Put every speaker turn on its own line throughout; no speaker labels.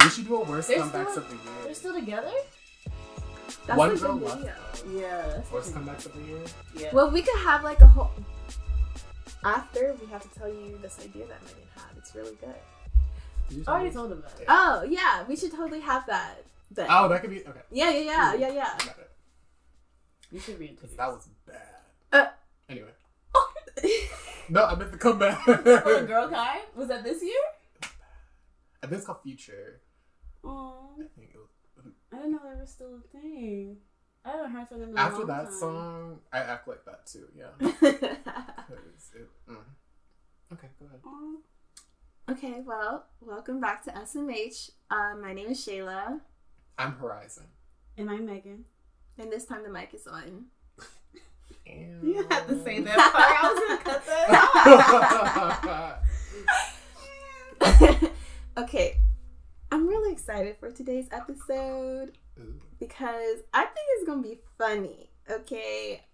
We should do a worst
They're
comebacks
still-
of the
They're
year.
still together?
That's
One
a
girl
good
left.
video.
Yeah. that's
Worst
pretty-
comebacks of the year.
yeah.
Well, we could have like a whole. After we have to tell you this idea that Megan had. It's really good.
Did you
I
tell
already
me?
told him that.
Oh yeah, we should totally have that. Then.
Oh, that could be okay.
Yeah, yeah, yeah, yeah, yeah.
Got it.
You should reintroduce.
That was bad.
Uh.
anyway. No, I meant the comeback.
Oh,
I
Girl Kai? Was that this year?
think it's called Future. I
Oh,
think it was
I didn't know they were still a thing. I haven't heard from them in a
After
long
that
time.
song, I act like that too. Yeah. Because it- mm. Okay, go ahead.
Oh,
okay, well, welcome back to SMH. Uh, my name is Shayla,
I'm Horizon.
and I'm Megan.
and this time the mic is on.
You had to say that part.
part.
I was gonna cut that out.
okay, I'm really excited for today's episode
Ooh.
because I think it's gonna be funny. Okay.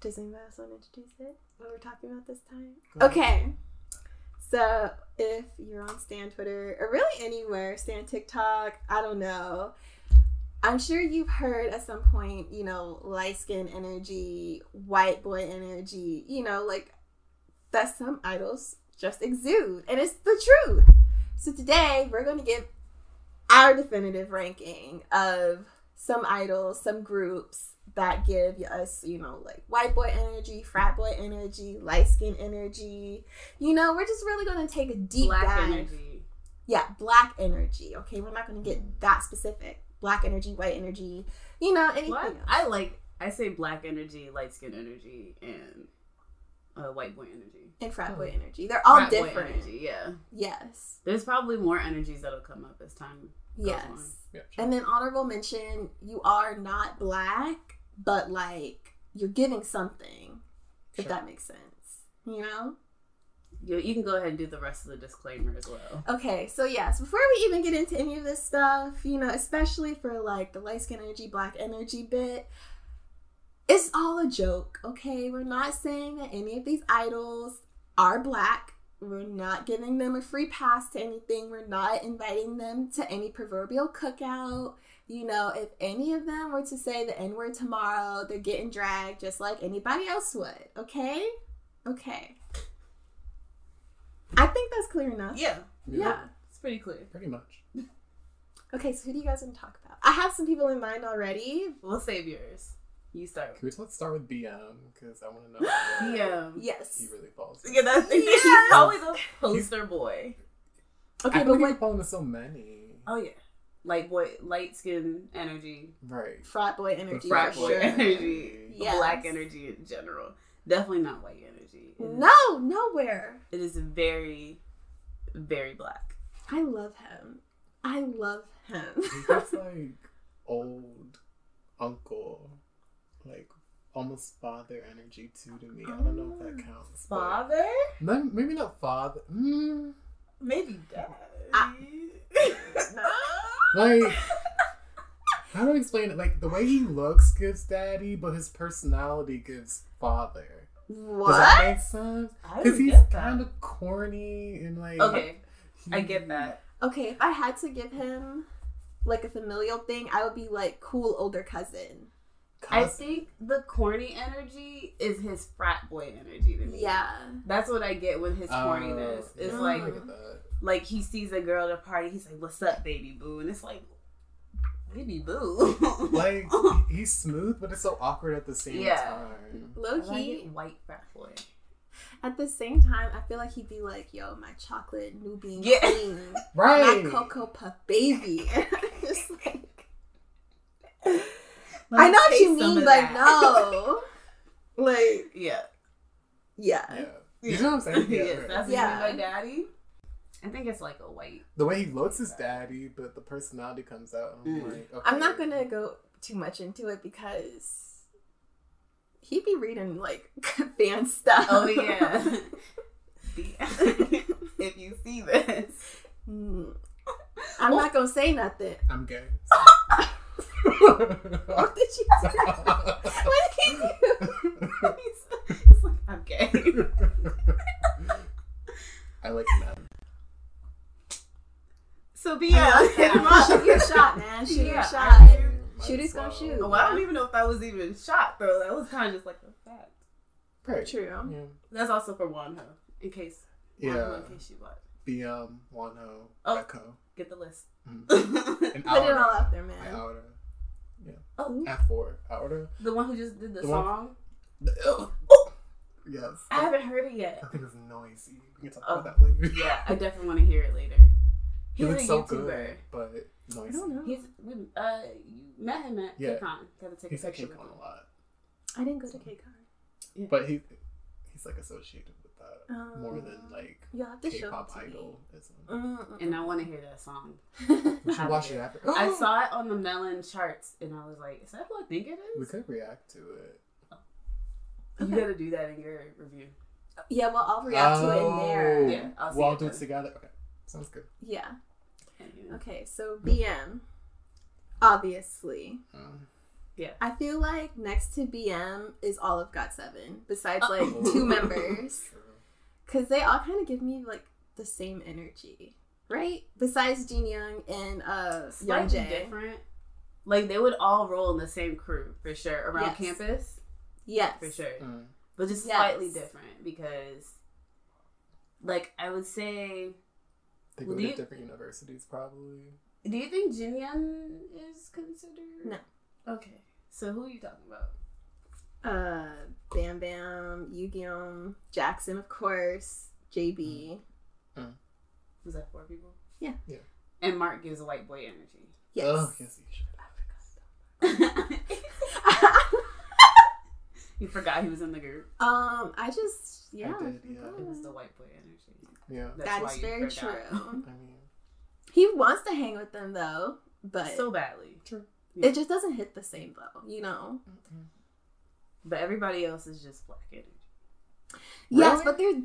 Does anybody else want to introduce it? What we're talking about this time?
Go ahead.
Okay. So if you're on Stan Twitter or really anywhere, Stan TikTok, I don't know. I'm sure you've heard at some point, you know, light skin energy, white boy energy, you know, like that some idols just exude. And it's the truth. So today we're going to give our definitive ranking of some idols, some groups that give us, you know, like white boy energy, frat boy energy, light skin energy. You know, we're just really going to take a deep
Black
dive.
energy.
Yeah, black energy. Okay, we're not going to get that specific. Black energy, white energy, you know, anything
What?
else.
I like. I say black energy, light skin energy, and uh, white boy energy.
and frat boy energy. They're all
Oh. Frat boy
different.
energy, yeah.
Yes.
There's probably more energies that'll come up as time. Goes
Yes.
on.
Yeah, sure.
And then honorable mention, you are not black, but like you're giving something, if
Sure.
that makes sense. You know?
You, you can go ahead and do the rest of the disclaimer as well.
Okay, so yes, before we even get into any of this stuff, you know, especially for like the light skin energy, black energy bit, it's all a joke, okay? We're not saying that any of these idols are black. We're not giving them a free pass to anything. We're not inviting them to any proverbial cookout. You know, if any of them were to say the N word tomorrow, they're getting dragged just like anybody else would, okay? Okay. I think that's clear enough.
Yeah,
Yeah.
it's pretty clear.
Pretty much.
Okay, so who do you guys want to talk about? I have some people in mind already.
We'll save yours. You start.
Can we let's start with BM because I want to know where
Yeah.
Yes.
he really falls.
Yeah, that's
Yes.
he's always a poster boy.
Okay,
I
but
think
what
we're falling to so many.
Oh yeah, light boy, light skin energy,
Right.
frat boy
The
energy
frat
for
boy
sure.
energy,
Yes.
black energy in general. Definitely not white energy. It is-
No, nowhere.
it is very, very black.
I love him. I love him.
He looks like old uncle, like almost father energy too to me. I don't know if that counts. but-
Oh, Father,
No, maybe not father. Mm,
maybe dad.
like, how do I explain it? Like the way he looks gives daddy, but his personality gives father. Does that
what?
make sense?
I
Because
don't
he's
get that.
kind of corny and like.
okay.
he-
I get that.
Okay, if I had to give him like a familial thing, I would be like cool older cousin.
I
Cos-
think the corny energy is his frat boy energy to me.
Yeah.
That's what I get with his
Oh,
corniness. It's
yeah, I
like
get that.
like he sees a girl at a party, he's like, What's up, baby boo? And it's like baby boo.
Like he- he's smooth, but it's so awkward at the same
Yeah.
time.
I
Low
like
key.
it white frat boy.
At the same time, I feel like he'd be like, yo, my chocolate Nubian
Yeah.
queen.
Right.
My Cocoa Puff baby. Just like
Let
I
me
know what
taste
you
some
mean,
of
but
that.
no. like,
yeah.
yeah.
Yeah. You know what I'm saying? Yeah,
yes,
right.
that's
Yeah.
what you mean by daddy. I think it's like a white
The way he looks is daddy, but the personality comes out. And I'm like, okay.
I'm not gonna go too much into it because he'd be reading like fan stuff.
Oh yeah. if you see this.
Mm. I'm not gonna say nothing.
I'm gay.
What did you do? What did you do?
He's, he's like, I'm gay.
I like men.
shoot.
Well, I don't even know if that was even shot though. That was kind of just like a fact.
Right.
Trho.
Yeah.
That's also for Wanho, in case Wanho,
Yeah.
in case you watch.
BM, Wano,
Oh.
Echo, Mm-hmm.
Get the list.
and
Put it all
Aora.
out there,
Like,
man.
Aora.
oh,
F4. Aora.
the one who just did the,
The one-
song.
Oh. Yes.
I haven't heard it yet.
I think it's noisy. We can talk
Oh.
about that later.
Yeah, I definitely want to hear it later. He's
it
a
looks so
YouTuber.
good, but noisy.
I don't know.
He's we uh you met him at
Yeah.
yeah. KCON. Got to take
He's
a
at
picture. with
KCON
him.
a lot,
I didn't go to KCON.
but he he's like associated with that
Um,
more than like
You'll have to show
K-pop
it to me. Uh,
idolism.
Mm-mm.
And I want to hear that song.
We should
I
watch
did.
it after.
I saw it on the Melon charts, and I was like, "Is that who I think it
We
is?"
could react to it.
You
Okay.
gotta do that in your review.
yeah, well, I'll react to it in there.
Oh.
Yeah, I'll see
we'll all
it
do it
then.
together. Okay, sounds good.
Yeah.
And, you know,
Okay, so BM. Obviously.
Um,
I feel like next to BM is all of GOT7, besides like
Oh.
two members.
true.
Because they all kind of give me like the same energy, right? Besides Jin Young and uh, Young
Slightly
Jae.
different. Like they would all roll in the same crew for sure around
Yes.
campus
Yes.
for sure,
Mm.
but just
Yes.
slightly different because, like, I would say,
They go
Well,
to
do you-
different universities, probably.
do you think Jinyoung is considered?
No.
Okay, so who are you talking about?
Uh, Bam Bam, Yugyeom, Jackson, of course, JB.
Mm-hmm. Was that four people?
Yeah.
Yeah.
And Mark gives a white boy energy.
Yes.
Oh, yes, you should.
you forgot he was in the group.
um, I just, yeah.
I did, yeah.
It was the white boy energy.
Yeah,
That's
That
why
is
you
very
forgot.
true.
I mean,
he wants to hang with them though, but
So badly.
True.
it just doesn't hit the same though, you know?
mm-mm.
But everybody else is just black energy. Really?
Yes, but they're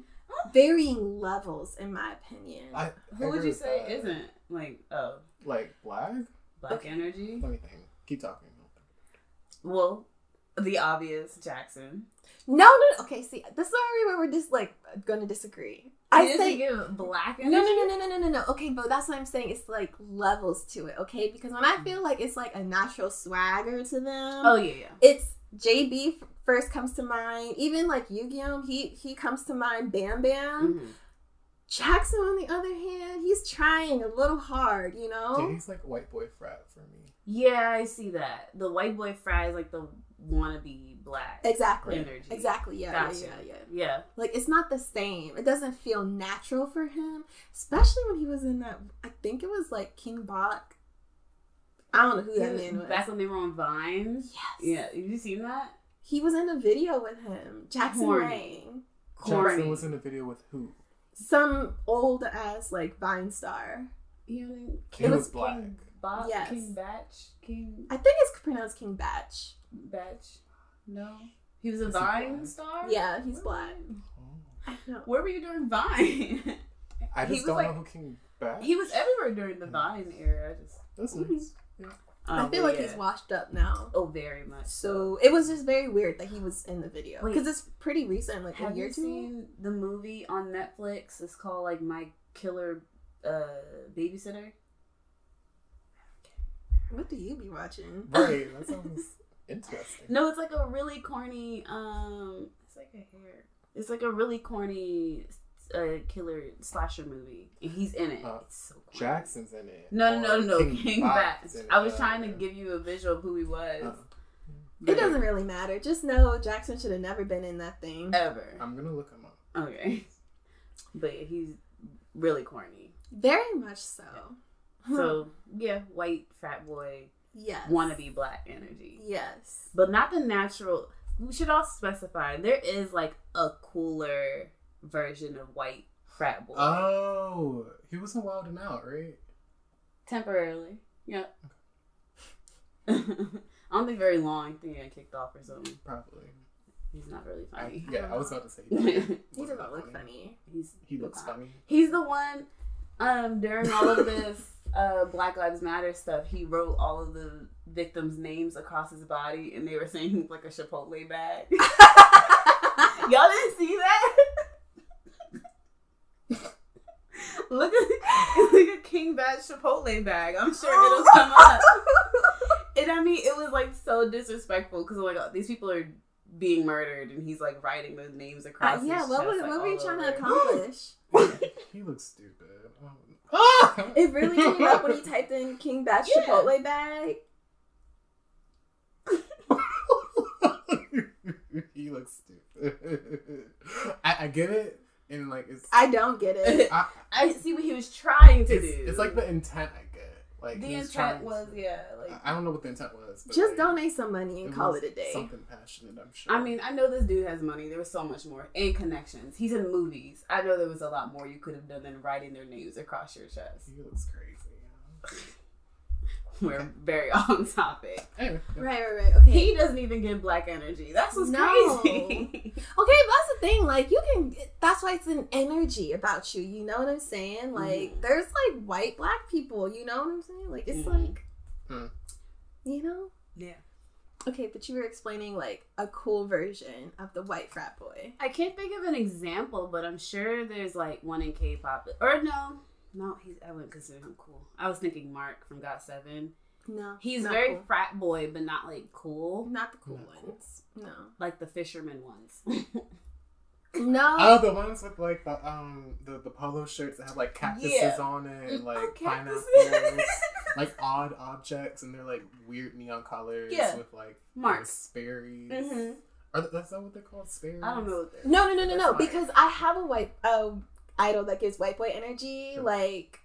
varying levels, in my opinion.
I, I
Who
agree
would you
with
say
that.
isn't like oh
like black?
black
Okay.
energy?
Let me think. Keep talking.
Well, the obvious Jackson.
no, no, no. Okay, see, this is already where we're just like going to disagree. I
He doesn't
say
give black
no,
energy.
no, no, no, no, no, no, no. Okay, but that's what I'm saying. It's like levels to it. Okay, because when
Hmm.
I feel like it's like a natural swagger to them,
Oh yeah, yeah.
it's JB f- first comes to mind. Even like Yugyeom, he he comes to mind. Bam Bam.
Hmm.
Mhm.
Jackson, on the other hand, he's trying a little hard, you
Oh.
Yeah,
know?
he's like white boy frat for me.
Yeah, I see that. The white boy fry is like the wannabe black
Exactly.
energy.
Exactly. Uh, Yeah,
Gotcha.
yeah, yeah, yeah.
Yeah.
Like it's not the same. It doesn't feel natural for him, especially when he was in that. I think it was like King Bach. I don't know who that man was.
Back when they were on Vine.
yes.
Yeah, have you seen that?
He was in a video with him, Jackson
Corny.
Wang,
Jackson
Corny.
was in a video with who?
some old ass like Vine star.
You know, what I mean?
He
It
was black.
King Bob,
Yes.
King Batch, King
I think it's pronounced King Batch.
Batch. No, he was a
Is he
Vine
black?
star.
Yeah, he's black. I know.
Where were you during Vine?
I
He
just
was
don't
like-
know who King Bat.
he was everywhere during the Vine era. I just,
That's
Mhm.
nice.
I
Oh,
feel
well,
like he's
yeah.
washed up now.
Oh, very much.
So it was just very weird that he was in the video
Wait.
because it's pretty recent, like
have
a year
you
or two.
seen the movie on Netflix? It's called like My Killer uh, Babysitter.
What do you be watching?
Right. That sounds interesting.
No, it's like a really corny. Um, it's like a hair. It's like a really corny uh, killer slasher movie, and he's in it.
Uh,
it's so corny.
Jackson's in it.
No, no,
Or
no, no, King
Bat's
Bat.
in it.
I was trying to
Uh,
give you a visual of who he was.
uh,
It doesn't really matter. Just know Jackson should have never been in that thing.
ever.
I'm gonna look him up.
Okay, but he's really corny.
Very much so.
So yeah, white frat boy,
yes.
wannabe black energy.
Yes.
but not the natural. We should all specify there is like a cooler version of white frat boy
Oh, he was in Wild and Out, right?
temporarily. Yep. I don't think very long. I think he got kicked off or something.
Probably.
He's not really
I-
funny.
yeah, I was about to say.
He does not look funny.
He's
He looks funny.
He's the one um during all of this uh Black Lives Matter stuff, he wrote all of the victims' names across his body and they were saying he looked like a Chipotle bag. Y'all didn't see that? look
Oh. Uh,
at it's like a King Bat Chipotle bag. I'm sure it'll come up. And And I mean, it was like so disrespectful because like oh, these people are being murdered, and he's like writing those names across.
Uh, yeah,
his
what,
chest,
was,
like,
what were you
all
trying
over.
to accomplish?
he looks stupid. Oh. Ah!
It really came up when you typed in King Batch
Yeah.
Chipotle bag.
he looks stupid. I, I get it, and like it's
I don't get it.
I-
I see what he was trying to
it's,
do.
it's like the intent I get. Like
the
he was
intent
trying
was
to-
yeah. Like
I I don't know what the intent was. But like,
Just donate some money and call
was
it a day.
Something passionate, I'm sure.
I mean, I know this dude has money. There was so much more and connections. He's in movies. I know there was a lot more you could have done than writing their names across your chest.
he looks crazy.
We're very on topic.
Anyway, yeah.
Right, right, right. Okay.
He doesn't even get black energy. That's what's
No.
crazy.
Okay, but that's the thing. Like, you can. That's why it's an energy about you. You know what I'm saying? Like,
Mm-hmm.
Mhm.
there's like white black people. You know what I'm saying? Like, it's
Mhm.
like,
Hmm.
you know.
yeah.
Okay, but you were explaining like a cool version of the white frat boy.
I can't think of an example, but I'm sure there's like one in K-pop. Or no, no, he's I wouldn't consider him cool. I was thinking Mark from Got Seven.
No,
He's
not
very
cool.
frat boy, but not like cool,
not the cool
Not cool.
ones. No,
like the fisherman ones.
no.
Oh, the ones with like the um the, the polo shirts that have like cactuses
Yeah. Mm, oh,
on it and like
cactuses.
pineapples, like odd objects, and they're like weird neon colors
Yeah.
with like
Marks.
Sperry's.
Mhm.
Are th- that's not what they're called? Sperry's.
I don't know. What they're-
no, no, no, no, no.
That's fine.
Because I have a white uh, idol that gives white boy energy.
Sure.
Like,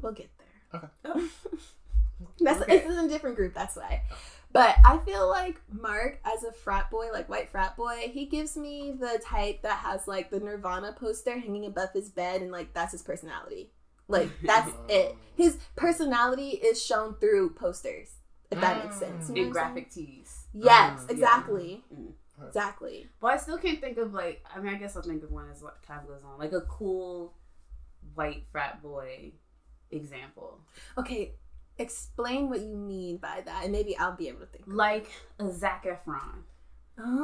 we'll get there.
Oh.
That's
Okay.
it's in a different group, that's why. But I feel like Mark as a frat boy, like white frat boy, he gives me the type that has like the Nirvana poster hanging above his bed and like that's his personality. Like that's it. His personality is shown through posters, if that makes sense. You know
And
what
Mm.
I'm saying?
graphic tees.
Yes,
Mm, yeah.
exactly.
Mm.
Uh,
Exactly.
Well, I still can't think of like. I mean, I guess I'll think of one as like, time goes on, like a cool white frat boy example,
Okay, explain what you mean by that and maybe I'll be able to think.
like a Zac Efron.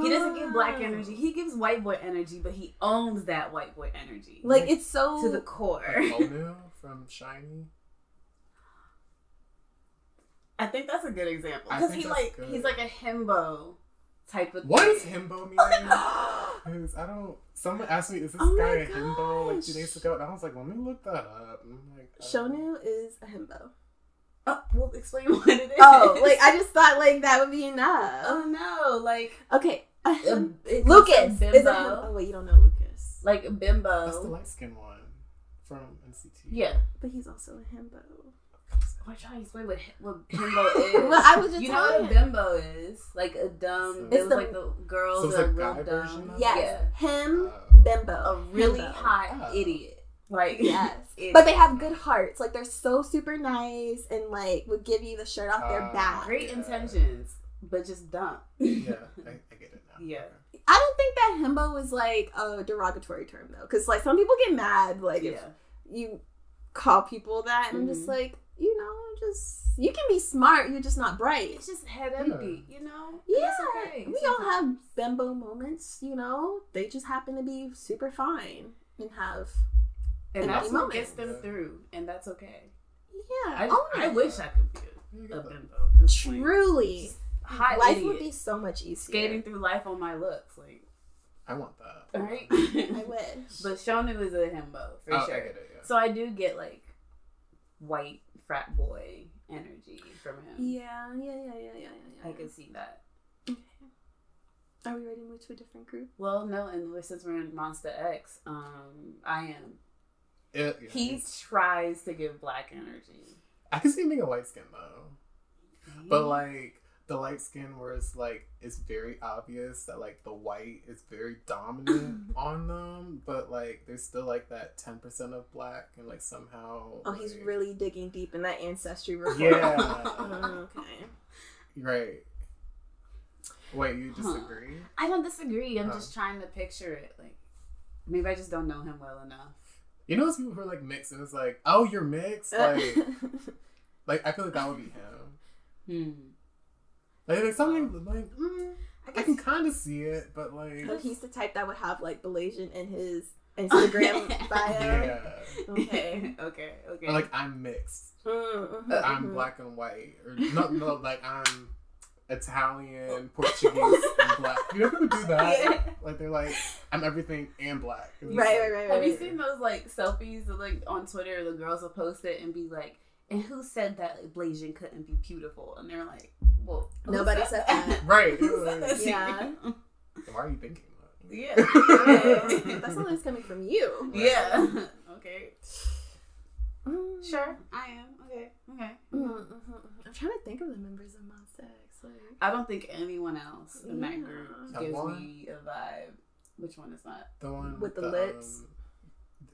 He doesn't give black
Ah.
energy. He gives white boy energy, but he owns that white boy energy
Like oh. it's so
to the core.
Like Onu from Shiny.
I think that's a good example
I
because
think
he
that's
like
good.
he's like a himbo type of.
What is
thing.
himbo mean? Because I don't. Someone asked me, "Is this
Oh
guy
my
a himbo?" Like two
gosh.
days ago, and I was like, "Let me look that up." And I'm like, uh, I don't know.
Shonu is a himbo.
Oh, well, explain what it is.
Oh, like I just thought like that would be enough.
Oh no! Like
Okay.
Um,
a- it's
Lucas
a
is a
bimbo.
him- Oh wait, you don't know Lucas.
like a
That's the
bimbo.
light skinned one from NCT.
Yeah.
But he's also a himbo.
Why trying to explain what hi- what bimbo is?
Well, I was just
you know
telling
what a bimbo is? Like a dumb.
It's
it was
the-
like the girls
So it's
that
a
are
guy
real
version
dumb.
of it?
Yes. Him
Uh,
bimbo.
a really
Himbo.
hot
Oh.
idiot. Like
Yes.
idiot.
But they have good hearts. Like they're so super nice and like would give you the shirt off their
Uh,
back.
great
Yeah.
intentions, but just dumb.
yeah, I, I get it now.
Yeah.
I don't think that himbo was like a derogatory term though, because like some people get mad like if
yeah.
you call people that, and I'm just
Mhm.
like, you know, just you can be smart, you're just not bright.
It's just head
Yeah.
empty, you know. And
Yeah,
that's okay.
we all have bimbo moments, you know. They just happen to be super fine and have,
and
empty
that's what
moments.
gets them
Yeah.
through, and that's okay.
yeah.
I,
own
I
it.
wish I could be
You
a, a
get that.
bimbo. at this point.
truly,
Just hot
life
idiot.
would be so much easier.
skating through life on my looks, like
I want that.
right.
I wish.
But Shonu is a himbo for
Oh, I
sure.
get it. Yeah.
So I do get like white frat boy energy from him.
yeah, yeah, yeah, yeah, yeah, yeah. yeah.
I could see that.
Okay. Are we ready to move to a different group?
Well, no, and we're- since we're in Monster X, um, I am.
It- yeah,
He
it's-
tries to give black energy,
I can see him being a light skin though,
Mm-hmm.
but like the light skin where it's like it's very obvious that like the white is very dominant on them, but like there's still like that ten percent of black and like somehow.
Oh, he's
like-
really digging deep in that ancestry report.
Yeah.
Oh, okay.
right. Wait, you
Uh-huh.
Huh.
disagree?
I don't disagree. I'm
Oh.
just trying to picture it. Like maybe I just don't know him well enough.
You know those people who are like mixed, and it's like, oh, you're mixed.
Uh,
Like, like I feel like that would be him.
Hmm.
Like there's something like mm,
I
I
guess
can kind of see it, but like,
oh, he's the type that would have like Belasian in his Instagram bio.
yeah,
Okay.
okay. Okay.
Or, like I'm mixed.
Mm, mhm,
Uh, I'm
mhm.
black and white, or no, no, like I'm Italian, Portuguese, and black. You know people do that?
Yeah.
Like they're like, I'm everything and black. It's
Right,
like,
right, right, right.
Have you
right.
seen those like selfies that, like on Twitter? The girls will post it and be like, "And who said that like, Blasian couldn't be beautiful?" And they're like, "Well, who
Nobody said that.
Right.
who said that
Like,
to
Yeah.
you?
Why are you thinking that?
yeah,
Yeah. That's all that's coming from you.
yeah. okay,
Mm.
sure, I am. Okay, okay.
Mm, mhm, mhm. I'm trying to think of the members of Mos X. Like,
I don't think anyone else in that
Yeah.
group
That
gives
one?
me a vibe. Which one is not?
The one
With the lips?
um,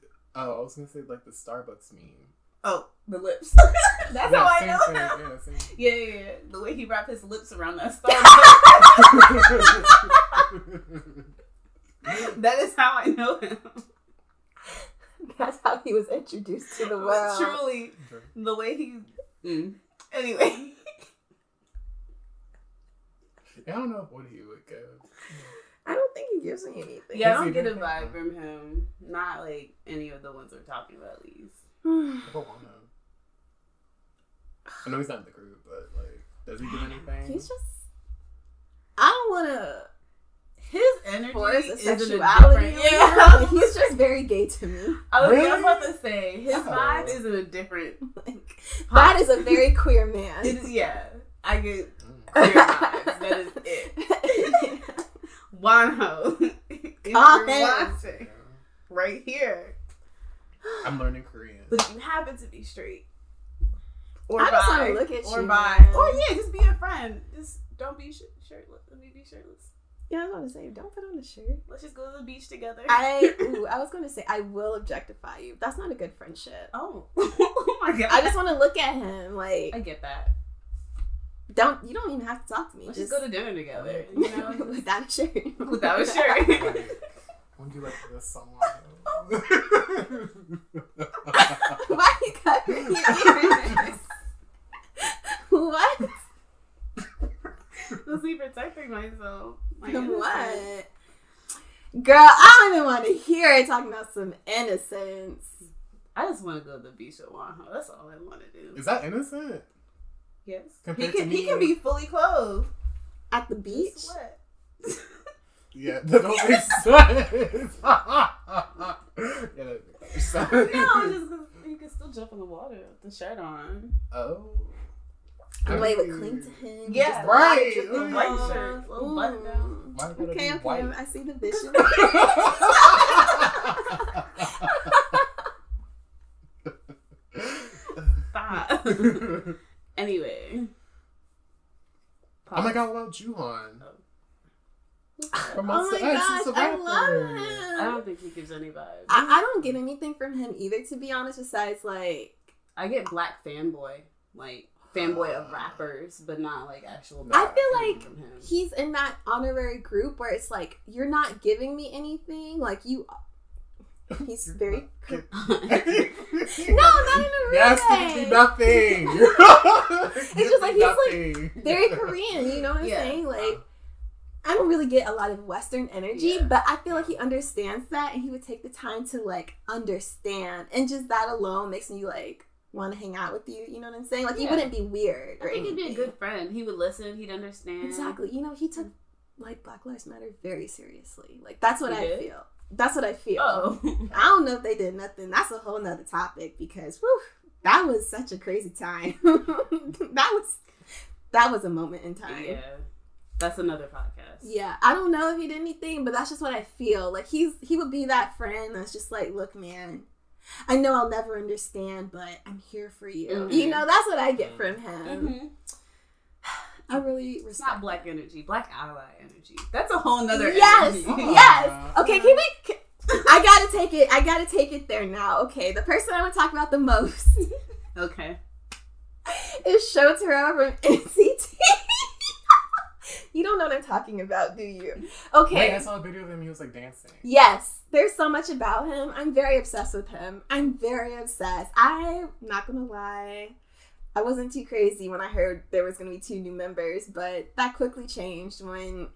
th- oh, I was gonna say like the Starbucks meme.
Oh, the lips. That's
Yeah,
how I
same
know.
thing,
him.
yeah, same thing.
Yeah, yeah, yeah. The way he wrapped his lips around that star. that is how I know him.
That's how he was introduced to the world.
Truly, the way he. Mm. Anyway,
Yeah, I don't know what he would go.
I don't think he gives me anything.
yeah, I
Is he
don't get a
different?
vibe from him. Not like any of the ones we're talking about, at least.
I don't want him. I know he's not in the group, but like, does he do anything?
He's just. I don't want to
His energy
force a
is
sexuality.
different.
or
Yeah,
whatever, but he's just very gay to me.
I was, I
Really?
was about to say his
Oh.
vibe is in a different.
Like
pot.
that is a very queer man.
It is, yeah, I get
Mm.
queer vibes. That is it. Wanho. if you're
Comment.
watching,
Yeah.
Right here.
I'm learning Korean.
But you happen to be straight. Or
I just
bi,
wanna look at
or
you,
bi.
man.
Or yeah, just be a friend. Just don't be sh- shirtless. Let me be shirtless.
yeah, I was gonna say, don't put on a shirt.
Let's just go to the beach together.
I ooh, I was gonna say I will objectify you. That's not a good friendship.
oh. oh my god.
I just want to look at him.
I
Like,
get that.
don't you don't even have to talk to me.
Let's
just
just go to dinner together. You know,
without a shirt.
without a shirt.
Like, would you like this song?
Why are you covering your ears? what?
Let's be protecting myself. My innocence.
What? Girl, I don't even want to hear it talking about some innocence.
I just want to go to the beach at Wanho. That's all I want to do.
Is that innocent?
yes. He
Compared to
can, he
me-
can be fully clothed.
At the beach?
Just What?
Yeah, that don't make sense. yeah, that makes sense.
no, just 'cause you can still jump in the water with the shirt on.
oh.
The way it would
Ooh.
cling to him.
Yeah,
just
right.
the
Ooh.
white
White
shirt,
shirt,
little
little
button
button
down.
down.
Why would
Okay,
okay, be
okay,
white?
I see the vision.
Stop.
oh
anyway.
my god, what about Juhan?
oh
From
my
Monster X, he's
gosh,
a
I love
rapper.
I
him.
don't think he gives any vibes.
I, I don't get anything from him either, to be honest, besides like,
I get black fanboy, like fanboy of rappers, but not like actual.
I
I
black
feel like
from him.
he's in that honorary group where it's like you're not giving me anything like you he's very cr- no not in a real
Yes,
way.
give me nothing. it's
just like he's, like,
like
very korean you know what i'm
Yeah.
saying like i don't really get a lot of western energy
Yeah.
but i feel like he understands that and he would take the time to like understand and just that alone makes me like want to hang out with you you know what i'm saying like he
Yeah.
wouldn't be weird
I
or
think he'd be a
anything.
good Mm. friend. He would listen. He'd understand.
Exactly. You know, he took like Black Lives Matter very seriously. Like that's what
He
I
did?
feel. That's what I feel.
Oh,
I don't know if they did nothing. That's a whole nother topic because whew, that was such a crazy time. that was that was a moment in time.
yeah. That's another podcast.
Yeah, I don't know if he did anything, but that's just what I feel. Like he's he would be that friend that's just like, look, man, I know I'll never understand, but I'm here for you.
Mhm.
You know, that's what I get from him.
Mhm.
I really
It's
respect.
not black energy, black ally energy. That's a whole nother
Yes!
Oh.
energy.
Yeah. Yes! Okay, can we? Can, I gotta take it. I gotta take it there now. Okay, the person I want to talk about the most
Okay.
is Shotaro from NCT. you don't know what I'm talking about, do you?
Wait,
Okay.
I saw a video of him. He was like dancing.
Yes, there's so much about him. I'm very obsessed with him. I'm very obsessed. I'm not gonna lie. I wasn't too crazy when I heard there was gonna be two new members, but that quickly changed when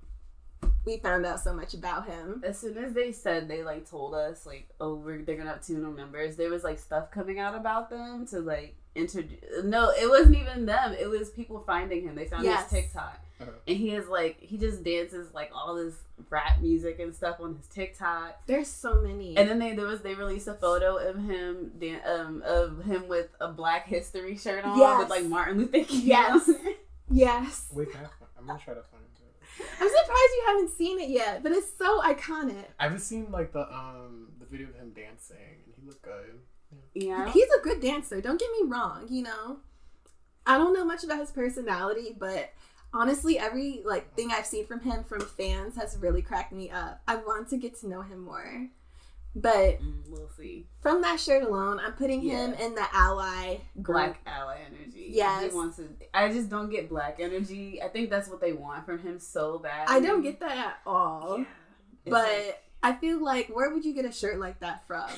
we found out so much about him.
As soon as they said they like told us like oh we're they're gonna have two new members, there was like stuff coming out about them to like introduce. No, it wasn't even them. It was people finding him. They found
Yes.
his TikTok,
Uh-huh.
and he is like he just dances like all this rap music and stuff on his TikTok.
There's so many.
And then they there was they released a photo of him dan- um of him with a Black History shirt on
Yes.
with like Martin Luther King.
Yes.
on it.
yes,
Wait, can I find- I'm gonna try to find it.
I'm surprised you haven't seen it yet, but it's so iconic.
I haven't seen like the um the video of him dancing, and he looked good.
yeah.
He's a good dancer. Don't get me wrong. You know, I don't know much about his personality, but honestly, every like thing I've seen from him from fans has really cracked me up. I want to get to know him more, but
Mm, we'll see.
from that shirt alone, I'm putting him in the ally
Black ally energy.
Yes.
He wants to, I just don't get black energy. I think that's what they want from him so bad.
I don't get that at all.
Yeah. It's
But
like-
I feel like where would you get a shirt like that from?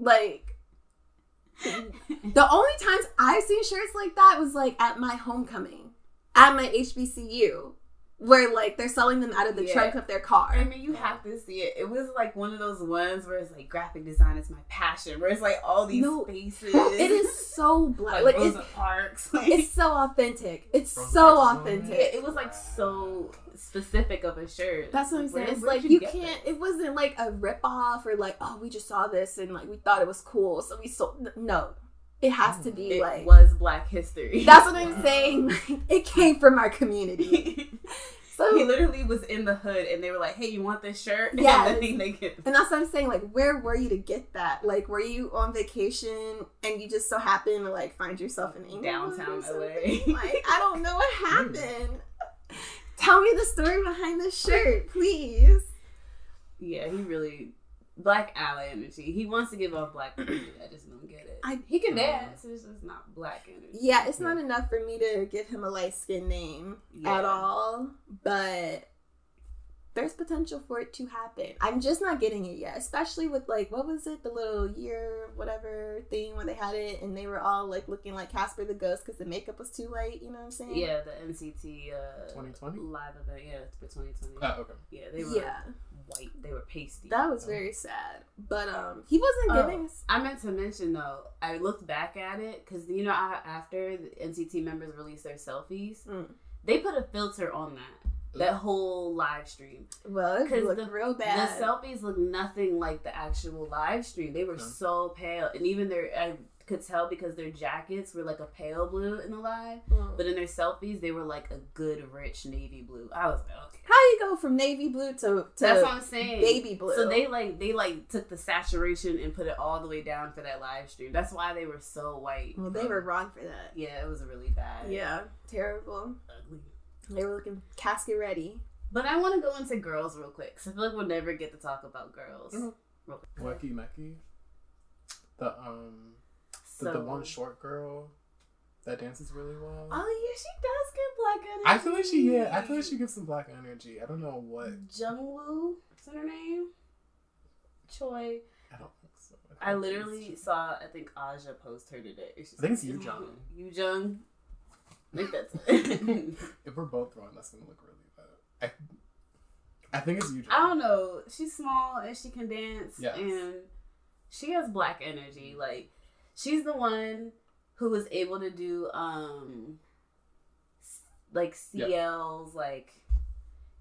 like the only times I've seen shirts like that was like at my homecoming, at my HBCU, where like they're selling them out of the
Yeah.
trunk of their car.
I mean, you have to see it. It was like one of those ones where it's like graphic design is my passion, where it's like all these
No.
spaces.
it is so black.
like,
Like it's,
Rosa Parks. Like,
it's so authentic. It's
Rosa Parks
so
is on
yeah,
authentic.
it was like so specific of a shirt.
That's what I'm
Where-
saying. It's
where
like
did
you
get
can't. It wasn't like a ripoff or like, oh, we just saw this and like we thought it was cool, so we sold. No, it has to
that?
be
It
like.
was Black History.
That's what I'm
Wow.
saying. Like, it came from our community,
he
so
literally was in the hood, and they were like, "Hey, you want this shirt?"
Yes.
And then they get
and that's what I'm saying. Like, where were you to get that? Like, were you on vacation and you just so happened to like find yourself in England
Downtown
or
LA.
something? Like, I don't know what happened. Tell me the story behind this shirt, please.
Yeah, he really black ally energy. He wants to give off black energy. I just don't get it.
I-
he can
Mm.
dance. It's just not black energy.
Yeah, it's not enough for me to give him a light skin name
Yeah.
at all, but there's potential for it to happen. I'm just not getting it yet, especially with like what was it, the little year whatever thing when they had it and they were all like looking like Casper the Ghost because the makeup was too light. You know what I'm saying?
Yeah, the NCT uh,
2020.
live event. Yeah, it's for 2020.
Oh, okay.
yeah, they were
yeah,
white. They were pasty.
that was very sad. But um, he wasn't
Oh.
giving us.
I meant to mention though, I looked back at it because you know I, after the NCT members released their selfies,
Mm.
they put a filter on that that whole live stream.
Well, it
'Cause
looked
the-
real bad.
The selfies look nothing like the actual live stream. They were
Okay.
so pale, and even their I could tell because their jackets were like a pale blue in the live,
Mm.
but in their selfies they were like a good rich navy blue. I was like, okay,
How you go from navy blue to,
that's what
to
I'm saying.
baby blue?
So they like they like took the saturation and put it all the way down for that live stream. That's why they were so white.
well, they were wrong for that.
Yeah, it was really bad.
Yeah, terrible.
Ugly.
They were looking casket ready.
But I want to go into girls real quick. 'cause I feel like we'll never get to talk about girls.
Mm-hmm.
Mhm.
Real quick.
Lucky Nucky. The um the,
So-
the one short girl that dances really well.
Ah.
Oh yeah, she does get black energy.
I feel like she yeah, I feel like she gives some black energy. I don't know what
Jungwoo, is that her name? Choi.
I don't think so. think
I
it's-
literally saw. I think Aja post her today. She's
I think it's
like,
Yoojung.
Yoojung. I think that's it.
if we're both wrong, that's gonna look really bad. I, I think it's you.
I don't know. She's small and she can dance,
Yes.
and she has black energy. Like she's the one who was able to do um s- like
Yeah.
CLs, like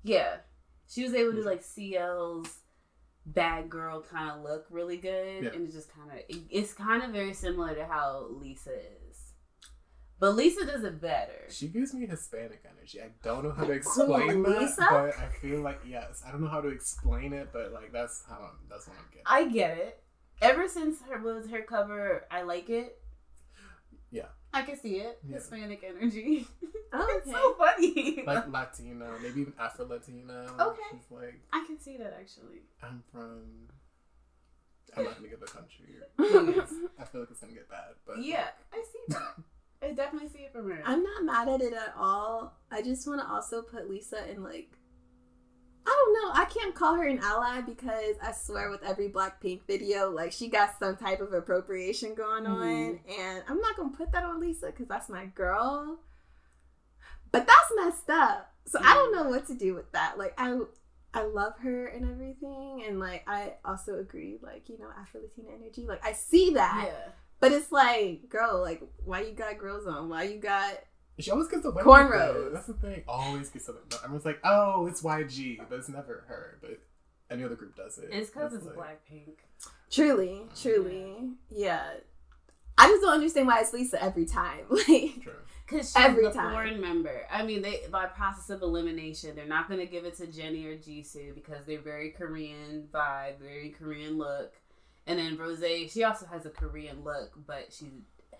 yeah, she was able to do like CLs bad girl kind of look really good,
Yeah.
and it's just kind of it, it's kind of very similar to how Lisa is, but Lisa does it better.
She gives me Hispanic energy. I don't know how to explain that,
Lisa?
but I feel like yes. I don't know how to explain it, but like that's how I'm, that's what I'm getting.
I get it. Ever since her was her cover, I like it.
Yeah.
I can see it.
Yeah.
Hispanic energy.
Oh,
It's so funny.
like Latina, maybe even Afro Latina.
Okay.
She's like,
I can see that actually.
I'm from. I'm not gonna give a country. I feel like it's gonna get bad, but
yeah, I see that. I definitely see it from her.
I'm not mad at it at all. I just want to also put Lisa in like. I don't know. I can't call her an ally because I swear with every Blackpink video, like she got some type of appropriation going on, and I'm not gonna put that on Lisa because that's my girl. But that's messed up. So I don't know what to do with that. Like I, I love her and everything. And like, I also agree, like, you know, Afro Latina energy. Like, I see that.
Yeah.
But it's like, girl, like, why you got girls on? Why you got.
She always gets away with
Cornrows.
it. That's the thing. Always gets away. with it. Everyone's like, "Oh, it's YG," but it's never her. But any other group does it.
It's because it's
like-
Blackpink.
Truly,
Oh,
truly. Yeah. I just don't understand why it's Lisa every time. Like,
True.
Because she's
Every
the
time.
foreign member. I mean, they by process of elimination, they're not going to give it to Jenny or Jisoo because they're very Korean vibe, very Korean look. And then Rose, she also has a Korean look, but she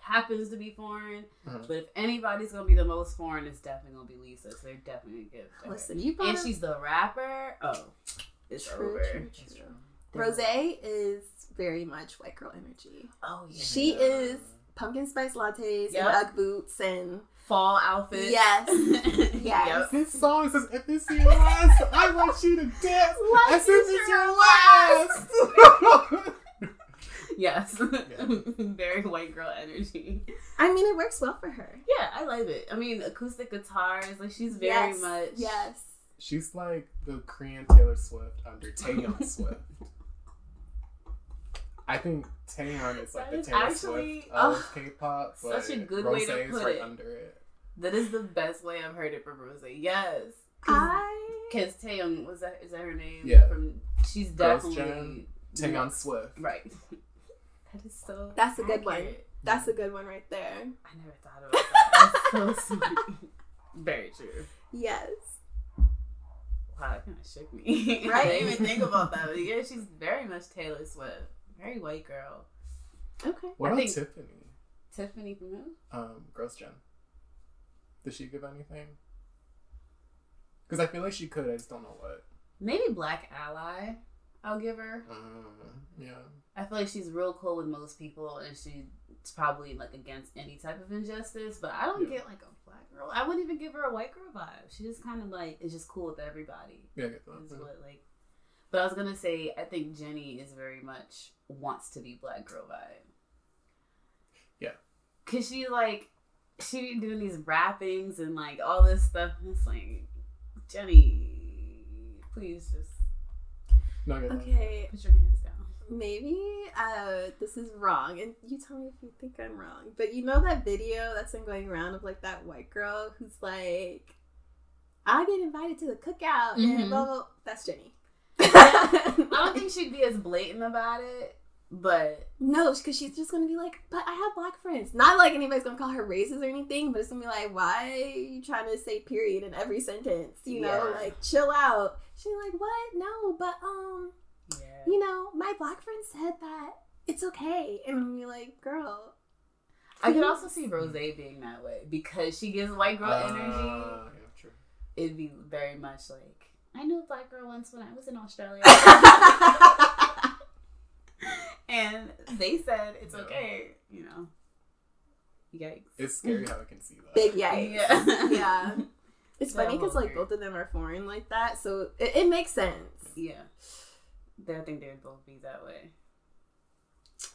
happens to be foreign.
Mhm.
But if anybody's going to be the most foreign, it's definitely going to be Lisa. So they're definitely going to give it to her.
listen, you brought
And
up
she's the rapper. Oh, it's
True,
over.
true,
It's
true.
They're
Rose
like,
is very much white girl energy.
Oh, yeah.
She is pumpkin spice lattes
Yep.
and Ugg boots and
Fall outfit.
Yes.
Yep.
Yes.
This song says, "If this is your last, I want you to dance."
Life
As
is
if it's
your
your last.
Yes.
Yeah.
Very white girl energy.
I mean it works well for her.
Yeah, I love it. I mean, acoustic guitars, like she's very
Yes,
much.
Yes.
She's like the Korean Taylor Swift under Taeyeon Swift. I think Taeyeon is like
That is
the Taylor
actually-
Swift of
oh,
K-pop, but
such a good
Rose
way to
is
put
right
it.
under it.
That is the best way I've heard it from Rose. Yes.
I
Because Taeyong, was that, is that her name?
Yeah.
From, she's
Girls'
definitely.
Taeyeon Swift.
Right. that is so.
That's a good one.
accurate.
that's a good one right there.
I never thought about that. That's so sweet. Very true.
Yes.
Wow, that kind of shook me. I
Right?
didn't even think about that. But yeah, she's very much Taylor Swift. Very white girl.
Okay.
What
I
about
think-
Tiffany?
Tiffany from who?
Um, Girls' Gen. Did she give anything? Because I feel like she could. I just don't know what.
Maybe Black Ally. I'll give her. Mm.
Um, yeah.
I feel like she's real cool with most people, and she's probably like against any type of injustice. But I don't
Yeah.
get like a black girl. I wouldn't even give her a white girl vibe. She just kind of like is just cool with everybody.
Yeah, I get
Is
that.
what like. But I was gonna say, I think Jenny is very much wants to be black girl vibe.
Yeah.
Cause she like she be doing these rappings and like all this stuff. And it's like Jenny, please just
No, I get that.
Okay.
put your hands down.
Maybe uh this is wrong and you tell me if you think I'm wrong. But you know that video that's been going around of like that white girl who's like I get invited to the cookout
Mhm.
and blah, blah blah that's Jenny.
I don't think she'd be as blatant about it, but
No, because she's just gonna be like, but I have black friends. Not like anybody's gonna call her racist or anything, but it's gonna be like, why are you trying to say period in every sentence? You know,
Yeah.
like chill out. She's like, what? No, but um,
yeah.
you know, my black friend said that it's okay, and I'm gonna be like, girl,
I could also see Rose being that way because she gives white girl
Uh,
energy.
Ah, yeah, true.
It'd be very much like I knew a black girl once when I was in Australia, and they said it's
Yeah.
okay. You know, yikes.
It's scary how I can see that.
big yikes.
Yeah.
yeah. It's
That
funny because
whole
like
group.
both of them are foreign like that, so it, it makes sense.
yeah. They- I think they'd both be that way.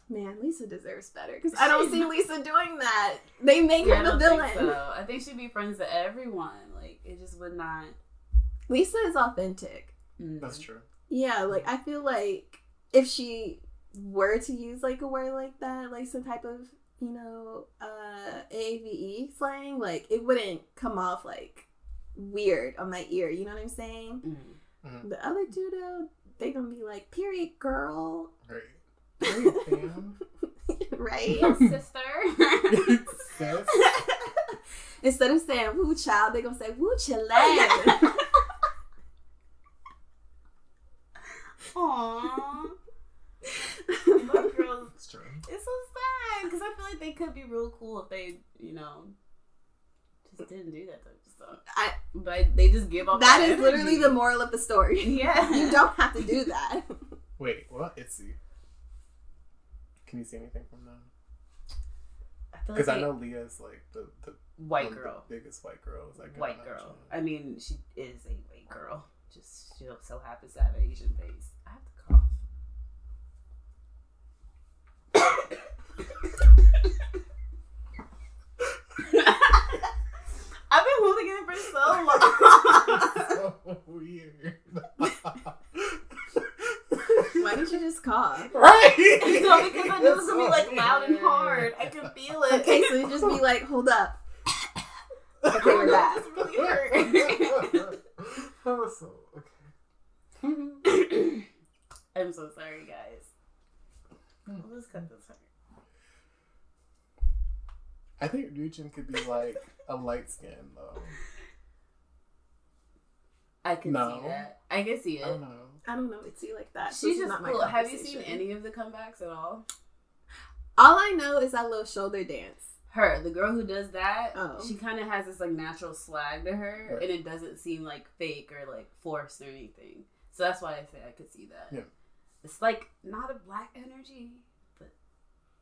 Man, Lisa deserves better because I don't see Lisa doing that. They make
I
her the
don't
villain.
think so. I think she'd be friends to everyone. Like it just would not.
Lisa is authentic.
Mm.
That's true.
Yeah, like I feel like if she were to use like a word like that, like some type of, you know, uh AAVE slang, like it wouldn't come off like weird on my ear, you know what I'm saying?
Mm.
The other two though, they gonna be like, period girl
Right. Great, fam.
right?
Yes, sister.
Sis.
Instead of saying woo child, they gonna say woo chile.
Aww. girls,
It's true.
it's so sad because I feel like they could be real cool if they, you know, just didn't do that type of stuff.
I-
but they just give up.
that is literally the moral of the story.
Yeah.
you don't have to do that.
Wait, what? Itsy. Can you see anything from them? Because
Because
I know Leah's like the, the
white
one of the
girl,
biggest white girls. I can
white
imagine.
girl. I mean, she is a white girl. Just she so happens to have an Asian face. I have to cough. I've been holding it for so long.
so weird.
Why didn't you just cough?
Right?
no, because I knew it was gonna be like loud and hard. I could feel it.
Okay, so you just be like, hold up. Okay,
Oh,
we're
no,
back.
this really hurt.
That was so okay.
I'm so sorry, guys. Let's cut this out.
I think Ryujin could be like a light skin though.
I can
No. Oh,
see that. I can see
I don't
it.
know.
I don't know Mitzi like that. This
Uh, She's
is
just
not my
cool. Have you seen
conversation.
any of the comebacks at all?
All I know is that little shoulder dance.
Her, the girl who does that,
Oh.
she kind of has this like natural swag to her,
Right.
and it doesn't seem like fake or like forced or anything. So that's why I say I could see that.
Yeah.
It's like not a black energy, but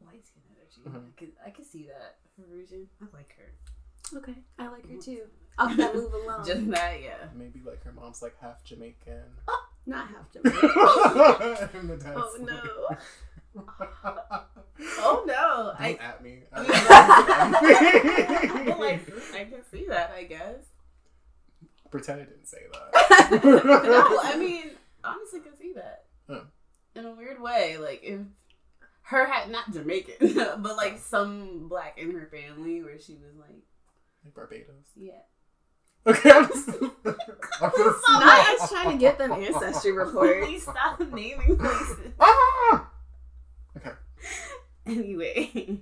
light skin energy.
Mm-hmm.
Mhm.
I could I could see that. Harujan, I like her.
Okay, I like her too. Off that move alone.
Just that, yeah.
Maybe like her mom's like half Jamaican.
not half Jamaican.
oh
oh no.
Oh no, I
Don't at me.
I'm like, I can see that, I guess.
Pretend I didn't say that.
No, I mean, honestly, can see that
Huh.
in a weird way. Like if her had not Jamaican, but like some black in her family, where she was like,
Like Barbados.
yeah,
Okay, I'm just. I'm gonna
Stop.
snap.
Not us trying to get them ancestry reports.
please stop naming places.
Ah! Okay.
anyway,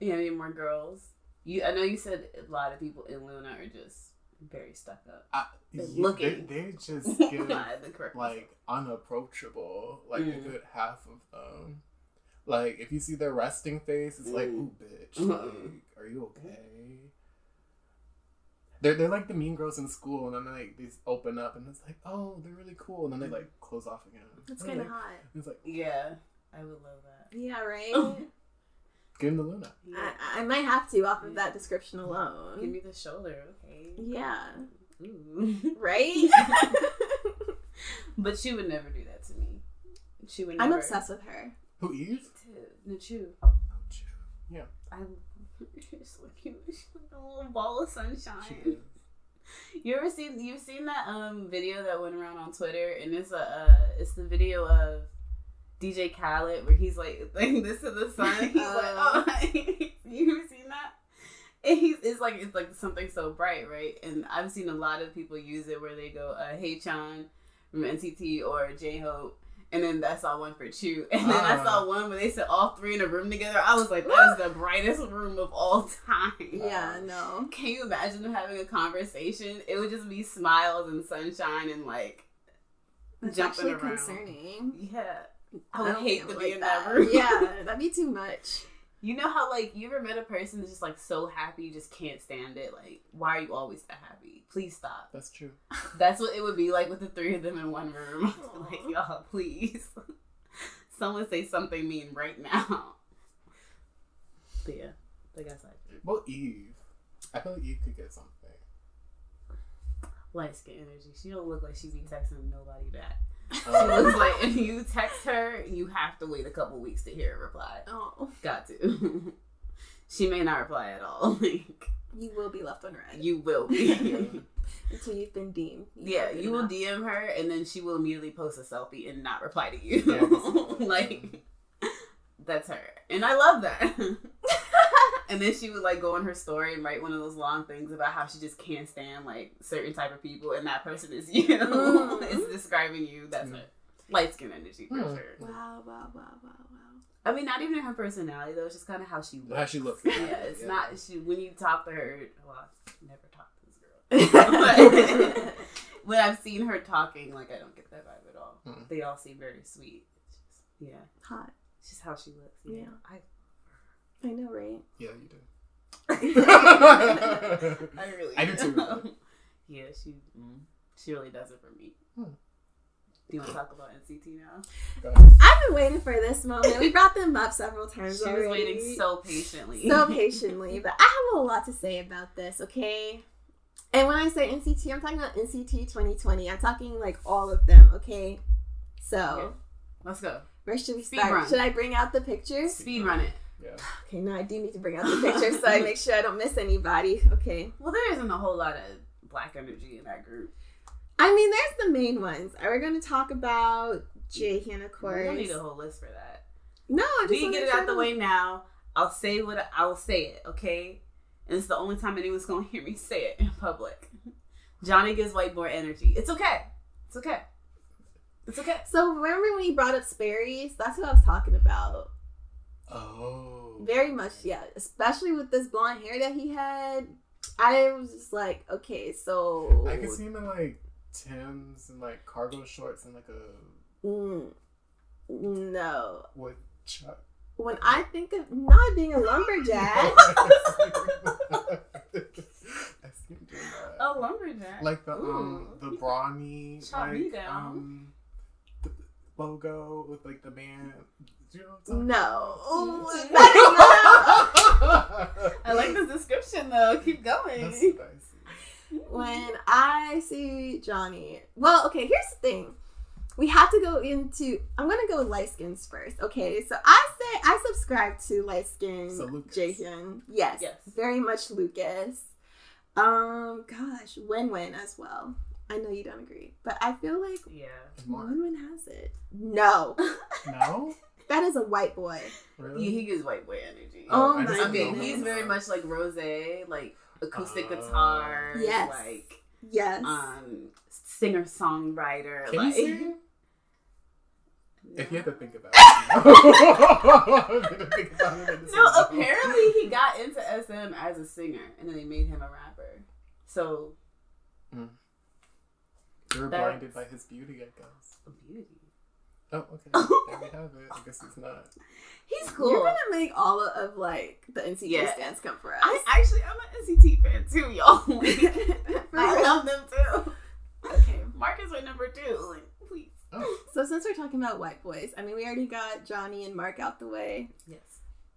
yeah, any more girls? You, I know you said a lot of people in Luna are just very stuck up.
I,
They're
you-
looking.
They, they just give
Not the correct
like unapproachable. Like a
Mm.
good half of them. Like if you see their resting face, it's like,
Mm.
ooh, bitch.
Mm.
Like, are you okay? They're, they're like the mean girls in school, and then like they open up, and it's like, oh, they're really cool, and then they like close off again.
That's
And
kind of
like-
hot.
It's like
Mm. Yeah, I would love that.
Yeah,
Oh.
right?
get in the Luna.
Yeah.
I, I might have to off of that description
Give
alone.
me the shoulder, okay?
um, Yeah.
Ooh.
Right?
but she would never do that to me. She would. Never.
I'm obsessed with her.
Who Eve?
No, chew. I. She's so cute. She's like a little ball of
She
sunshine.
is.
You ever seen? You've seen that um video that went around on Twitter, and it's a uh, it's the video of DJ Khaled where he's like like this to the sun. He's
Oh.
like, oh, you ever seen that? And he's it's like it's like something so bright, right? And I've seen a lot of people use it where they go, uh, "Hey Chon" from NCT or J Hope. And then I saw one for Chu. And then I
Ah.
saw one where they said all three in a room together. I was like, that is the brightest room of all time.
Yeah, no.
Can you imagine them having a conversation? It would just be smiles and sunshine and like
That's
jumping
actually
around.
concerning.
Yeah. I would
don't
hate
think
to
I'm
be
like
in that room.
Yeah, that'd be too much.
You know how like you ever met a person that's just like so happy you just can't stand it? Like, why are you always that happy? Please stop.
That's true.
That's what it would be like with the three of them in one room.
Aw.
like, y'all, please. Someone say something mean right now. But yeah, like I said.
Well, Eve. I feel like Eve could get something.
Light skin energy. She don't look like she be texting nobody back. She
Um,
was like, if you text her, you have to wait a couple weeks to hear a reply.
Oh,
Got to. she may not reply at all. Like,
you will be left on red
you will be.
until you've been deemed.
yeah,
Good
you will
enough.
DM her, and then she will immediately post a selfie and not reply to you.
Yeah, that's-
like, that's her. And I love that. and then she would, like, go on her story and write one of those long things about how she just can't stand, like, certain type of people, and that person is you.
Mm.
it's describing you. That's
Mm.
her. Light skin energy, for
Mm.
sure.
Wow, wow, wow, wow, wow.
I mean, not even her personality though. It's just kind of how she looks.
How she looks.
Yeah, it's
Yeah.
not she when you talk to her. Well, I've never talked to this girl. But when I've seen her talking, like I don't get that vibe at all.
Mm.
They all seem very sweet. It's just- yeah,
Hot.
it's just how she looks. Yeah,
Yeah. I know, right?
yeah, you do.
I, I really,
I do too.
yeah, she she really does it for me.
Hmm.
Do you want to talk about NCT now?
Go ahead.
I've been waiting for this moment. We brought them up several times
she was
already.
waiting so patiently.
so patiently, but I have a lot to say about this, okay? And when I say NCT, I'm talking about NCT 2020. I'm talking like all of them, okay? So,
Okay. Let's go.
where should we
Speed
start?
run.
Should I bring out the pictures?
Speed run it.
Yeah.
Okay, no, I do need to bring out the pictures so I make sure I don't miss anybody, okay?
Well, there isn't a whole lot of black energy in that group.
I mean, there's the main ones. We're going to talk about Jay Hannah
We
Course.
don't need a whole list for that.
no, I just
We can
wanna
get it out the
know.
way now. I'll say what I- I'll say it, okay? And it's the only time anyone's gonna hear me say it in public. Johnny gives white more energy. It's okay. It's okay. It's okay.
So remember when you brought up Sperry's? That's what I was talking about.
Oh.
Very much, yeah. Especially with this blonde hair that he had. I was just like, okay, so
I could see him in like Tim's and like cargo shorts and like a
Mm, no.
what Chuck.
When I think of not being a lumberjack,
I see him doing that.
A lumberjack.
Like the
Ooh.
um the brawny
Chop me
like,
down.
um the logo with like the man. Do you know what I'm talking
no.
Mm.
That
about?
I like this description though. Keep going.
That's spicy.
is not- when I see Johnny, well, okay, here's the thing. We have to go into. I'm gonna go with light skins first. Okay, so I say I subscribe to light skin
So Lucas.
Jason. Yes,
Yes.
very much Lucas. Um, gosh, Win Win as well. I know you don't agree, but I feel like
Yeah.
And Mark.
Win Win has it. No,
No,
that is a white boy.
really?
He, he gives white boy energy.
Oh
I
my
just don't
okay,
know
he's
him.
very much like Rose, like acoustic
Oh.
guitar,
Yes.
like
Yes.
um singer songwriter.
Can you
like,
sing? If you had to
No.
think about it. I'm gonna think about it in a
No,
second.
apparently he got into SM as a singer, and then they made him a rapper. So
You were
That's-
blinded by his beauty, I guess.
beauty.
Oh, okay. there we have it. I guess it's not.
He's
cool.
You're gonna make all of like the NCT
Yeah.
stands come for us.
I actually I'm an NCT fan too, y'all. I love them too.
okay.
Mark is my number two. Like, please.
Oh,
So since we're talking about white boys, I mean, we already got Johnny and Mark out the way,
Yes.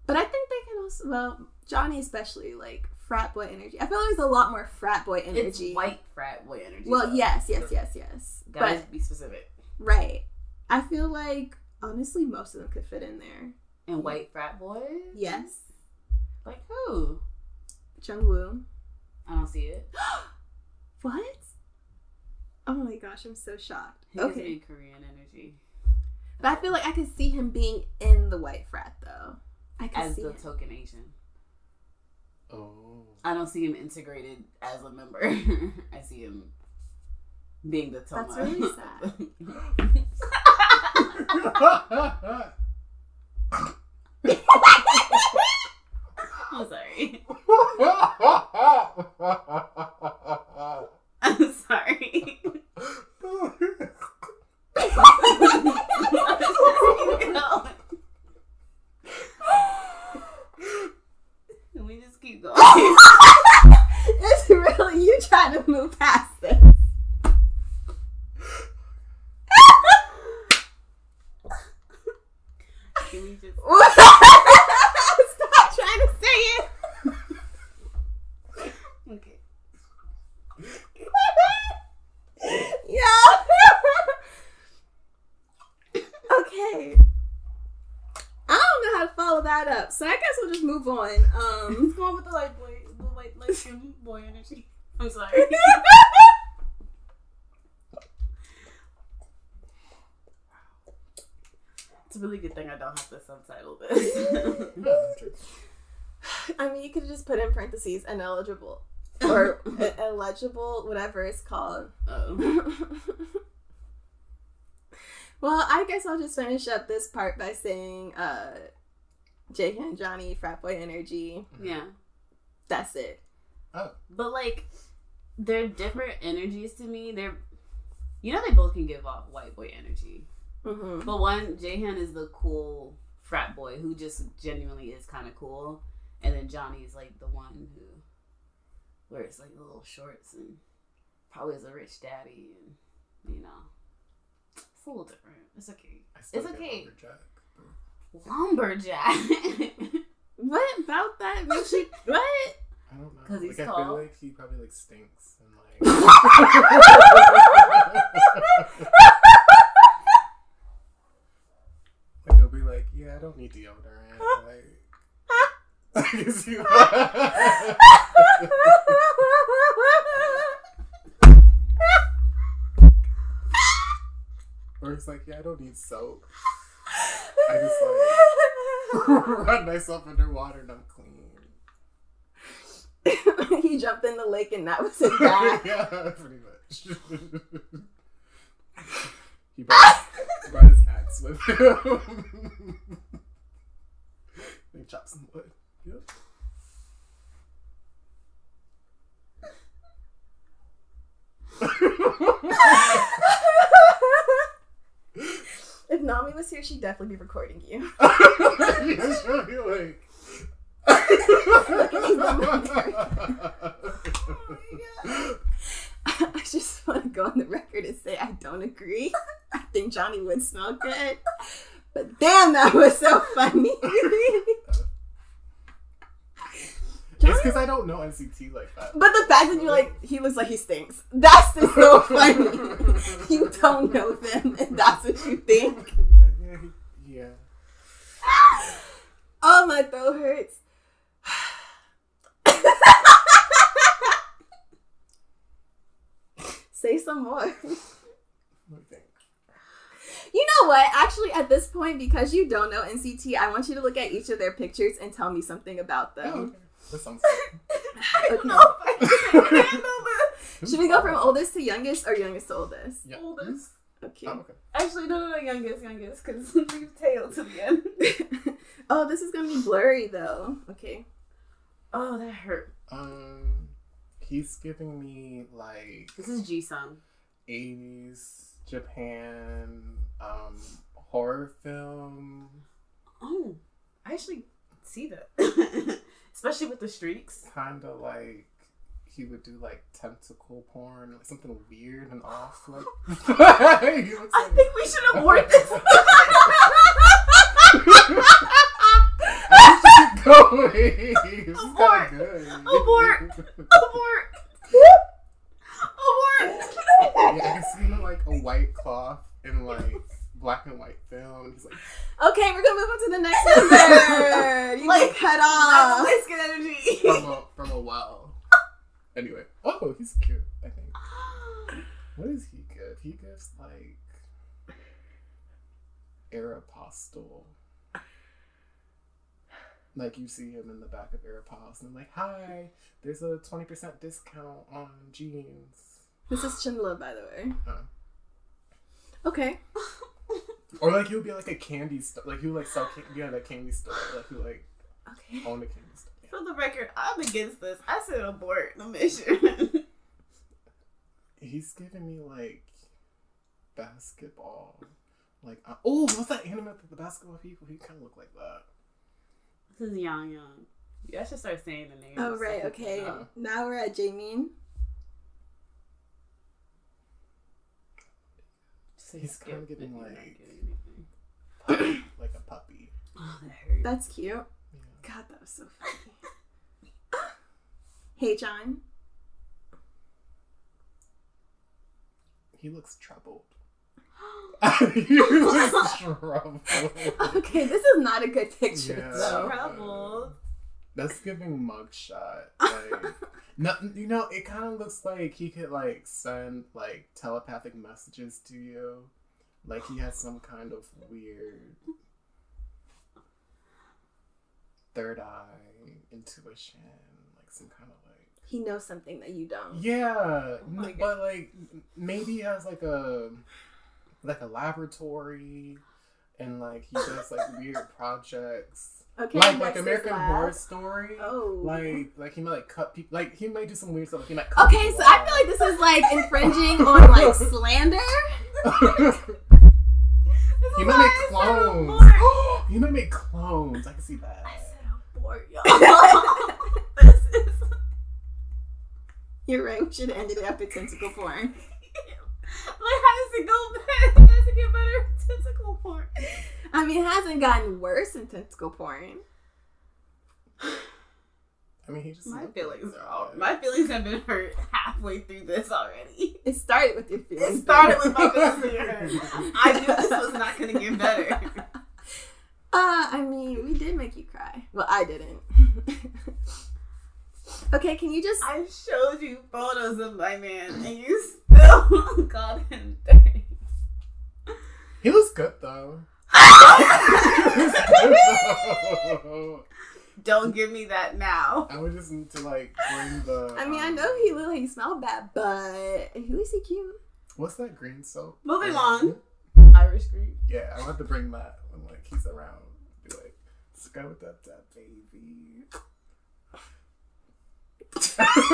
but I think they can also, well, Johnny especially, like frat boy energy. I feel like there's a lot more frat boy
It's
energy.
white frat boy energy.
Well,
though.
yes, yes, yes, yes.
Guys, be specific.
But right, I feel like honestly, most of them could fit in there.
And white frat boys?
Yes,
Like who?
Jungwoo.
I don't see it.
What? Oh my gosh, I'm so shocked.
He gives
okay,
me Korean energy.
but I feel like I could see him being in the white frat though. I could
As
see
the
him.
token Asian.
oh.
I don't see him integrated as a member. I see him being the Toma.
That's really sad.
I'm sorry. I'm sorry. Can we just keep going?
it's really you trying to move past this.
Can we just?
Stop trying to say it.
Okay.
Yeah. okay. I don't know how to follow that up, so I guess we'll just move on. Um,
What's going on with the light boy? The white light skin boy energy. I'm sorry. It's a really good thing I don't have to subtitle this.
I mean, you could just put in parentheses ineligible or uh, illegible, whatever it's called.
oh.
well, I guess I'll just finish up this part by saying, uh, Jake and Johnny, frat boy energy.
Yeah.
That's it.
But like, they're different energies to me. They're, you know, they both can give off white boy energy.
Mm-hmm.
But one, Jahan is the cool frat boy who just genuinely is kind of cool, and then Johnny is like the one who wears like the little shorts and probably is a rich daddy, and you know, it's a little different. It's okay. It's okay. Lumberjack.
What about that makes you what?
I don't know.
'Cause he's
like, I
tall.
feel like he probably like stinks and like. like he'll be like, yeah, I don't need deodorant. Like, I can see that. Or it's like, yeah, I don't need soap. I just like run myself underwater and I'm clean.
he jumped in the lake and that was his back.
yeah, pretty much. he brought, he brought his axe with him. and chop some wood. Yep.
if Nami was here, she'd definitely be recording you.
Yes, she'll be like.
I just want to go on the record and say I don't agree. I think Johnny would smell good. But damn, that was so funny.
It's because I don't know NCT like that.
But the fact that you're like, he looks like he stinks. That's just so funny. you don't know them, and that's what you think.
yeah, he- yeah.
Oh, my throat hurts. Say some more.
What do you think?
You know what? Actually, at this point, because you don't know NCT, I want you to look at each of their pictures and tell me something about
Oh,
them.
okay. That sounds
I don't
know
good.
Should we go from oldest to youngest or youngest to oldest?
Yeah.
Oldest.
Okay.
Oh, okay.
Actually, no, no, no, youngest, youngest, because leave tail to the end.
oh, this is gonna be blurry though. Okay.
Oh, that hurt.
Um, he's giving me like
This is Jisung.
80s Japan um, horror film.
Oh, I actually see that, especially with the streaks.
Kind of like he would do like tentacle porn, like something weird and off. Like, He looks
I
like-
think we should abort this.
I should keep going. This is
Abort.
kinda good.
Abort. abort. Abort.
yeah, I see him in, like a white cloth and like black and white film. He's like,
Okay, we're gonna move on to the next one. you like,
Like,
cut
That's
off.
Alaska energy.
from a, from a well. Anyway, oh, he's cute. I think. What does he give? He gives like Aeropostale. Like you see him in the back of Aeropostale, and I'm like, hi, there's a 20% discount on jeans.
This is Chinla, by the way.
Huh.
Okay.
Or like you'll be like a candy store, like you like sell candy, yeah, that candy store, like you like
Okay.
own a candy store.
For the record, I'm against this. I said abort the mission.
He's giving me like basketball, like uh, oh, what's that anime with the basketball people? He kind of look like that.
this is Yang Yang. Yeah, I should start saying the name.
All Oh, right. Okay. Now we're at Jamin.
He's kinda giving, like- Puppy, like a puppy.
Oh, that hurt.
That's cute.
Yeah.
God, that was so funny. hey, John.
He looks troubled. he looks troubled.
Okay, this is not a good picture
Yeah.
though.
Troubled.
That's giving mugshot. Like, no, you know, it kind of looks like he could like send like telepathic messages to you. Like he has some kind of weird third eye intuition, like some kind of like
He knows something that you don't.
Yeah, n-
my
but like m- maybe he has like a like a laboratory, and like he does like weird projects,
Okay.
like
next
like
is
American
Lab.
Horror Story.
Oh.
Like like he might like cut people. Like he might do some weird stuff. Like he might. Cut
okay, so I feel like this is like infringing on like slander.
feel like
This
he
is
might make
why I said
clones.
abort.
he might make clones. I can see that.
I said abort, y'all. this is.
You're right. We should have ended it up at tentacle porn.
Like, how does it go? How does it get better? Tentacle porn.
I mean, it hasn't gotten worse in tentacle porn.
I mean, he just
My
looked
feelings
like
are all.
that.
My feelings have been hurt halfway through this already.
It started with your feelings.
It started with my feelings being hurt. I knew this was not going to get better.
Uh, I mean, we did make you cry. Well, I didn't. okay, can you just?
I showed you photos of my man, and you still called him dirty.
He was good though. He was good, though.
Don't give me that now.
I would just need to like bring the.
I mean, I
um,
know he looked like he smelled bad, but at least he cute.
What's that green soap?
Moving
Um,
on. Irish Green.
Yeah, I want to bring that when like he's around. Be like, let's go with that, that baby.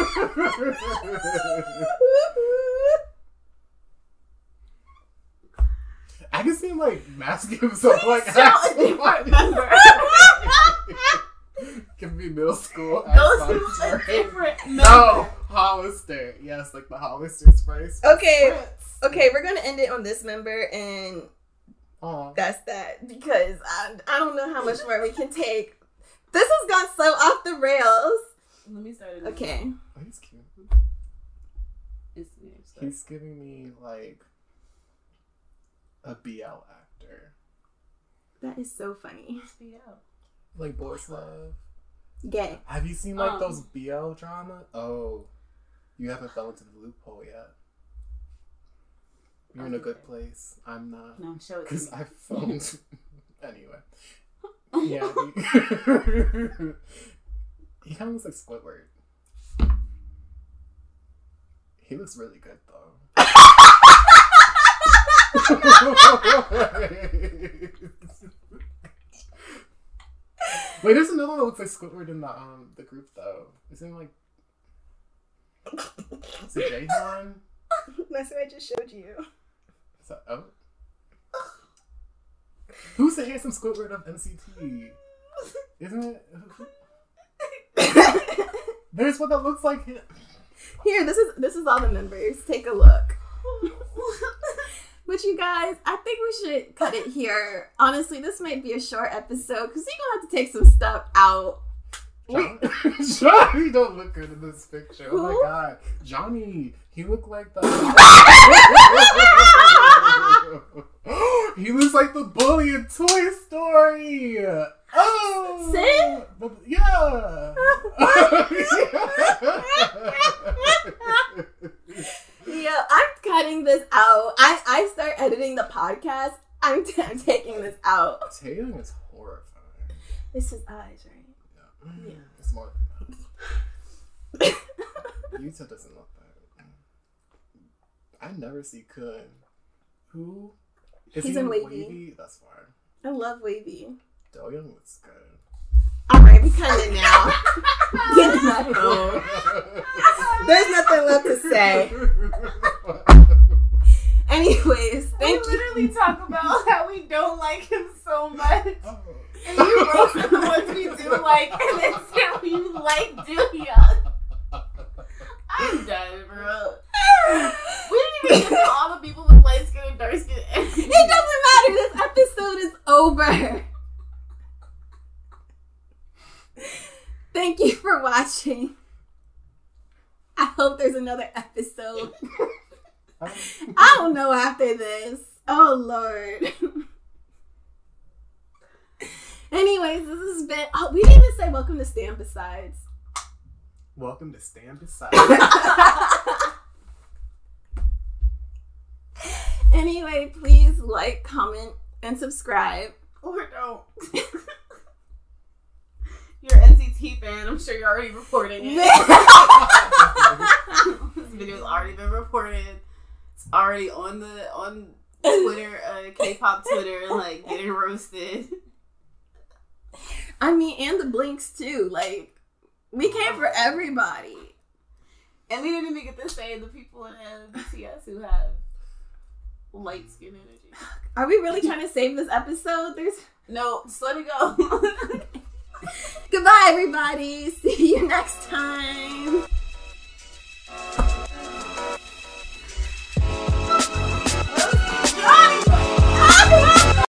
I can see him like masking himself like
So a different member.
Give me middle school.
Those
ass
two are
Monterey.
different members.
No, Hollister. Yes, like the Hollister Spice.
Okay, okay, we're gonna end it on this member, and
Aw. oh,
that's that because I, I don't know how much more we can take. This has gone so off the rails.
Let me start it.
Okay,
Oh, he's cute.
Instagram stuff.
He's giving me like a BL actor,
that is so funny.
like Boys Love.
Gay.
Have you seen like
Um.
those BL drama? Oh, you haven't fell into the loophole yet. You're in a good place. I'm not.
No, show it to
Because
me.
I phoned. anyway. Yeah. He, he kind of looks like Squidward. He looks really good, though. Wait, there's another one that looks like Squidward in the um the group though. Is it like is it Jason?
That's what I just showed you.
Is that oh? Who's the handsome Squidward of MCT? Isn't it? There's one that looks like him.
Here, this is this is all the members. Take a look. But you guys, I think we should cut it here. Honestly, this might be a short episode because you're gonna have to take some stuff out.
John- Johnny don't look good in this picture. Oh my
Who?
god, Johnny. He looked like the. he looks like the bully in Toy Story. Oh,
Sid?
The- yeah.
Yeah, I'm cutting this out. I, I start editing the podcast. I'm, t- I'm taking this out.
Tailing is horrifying.
It's his eyes, right?
Yeah.
Yeah.
It's more than that. Utah doesn't look that. I never see Kun. Who? Is
He's
he
in
in
Wavy.
That's fine.
I love wavy.
Do Young looks good.
All right, we cut it now. Get that out. There's nothing left to say. Anyways,
We
thank you.
literally talk about how we don't like him so much.
Oh.
And you roast the ones we do like, and then say we like do ya. I'm done, bro. We didn't even get to all the people with light skin and dark skin.
It doesn't matter. This episode is over. Thank you for watching. I hope there's another episode.
Oh.
I don't know after this. Oh Lord. Anyways, this has been. Oh, we didn't even say welcome to Stand Besides.
Welcome to Stand Beside.
Anyway, please like, comment, and subscribe.
or don't. You're an NCT fan. I'm sure you're already recording it. this video's already been reported. It's already on the on Twitter, uh, K-pop Twitter, like getting roasted.
I mean, and the blinks too. Like, we came for everybody.
And we didn't even get to say the people in uh, BTS who have light skin energy.
Are we really trying to save this episode? There's
No, just let it go.
goodbye, everybody. See you next time. Oh, Ah,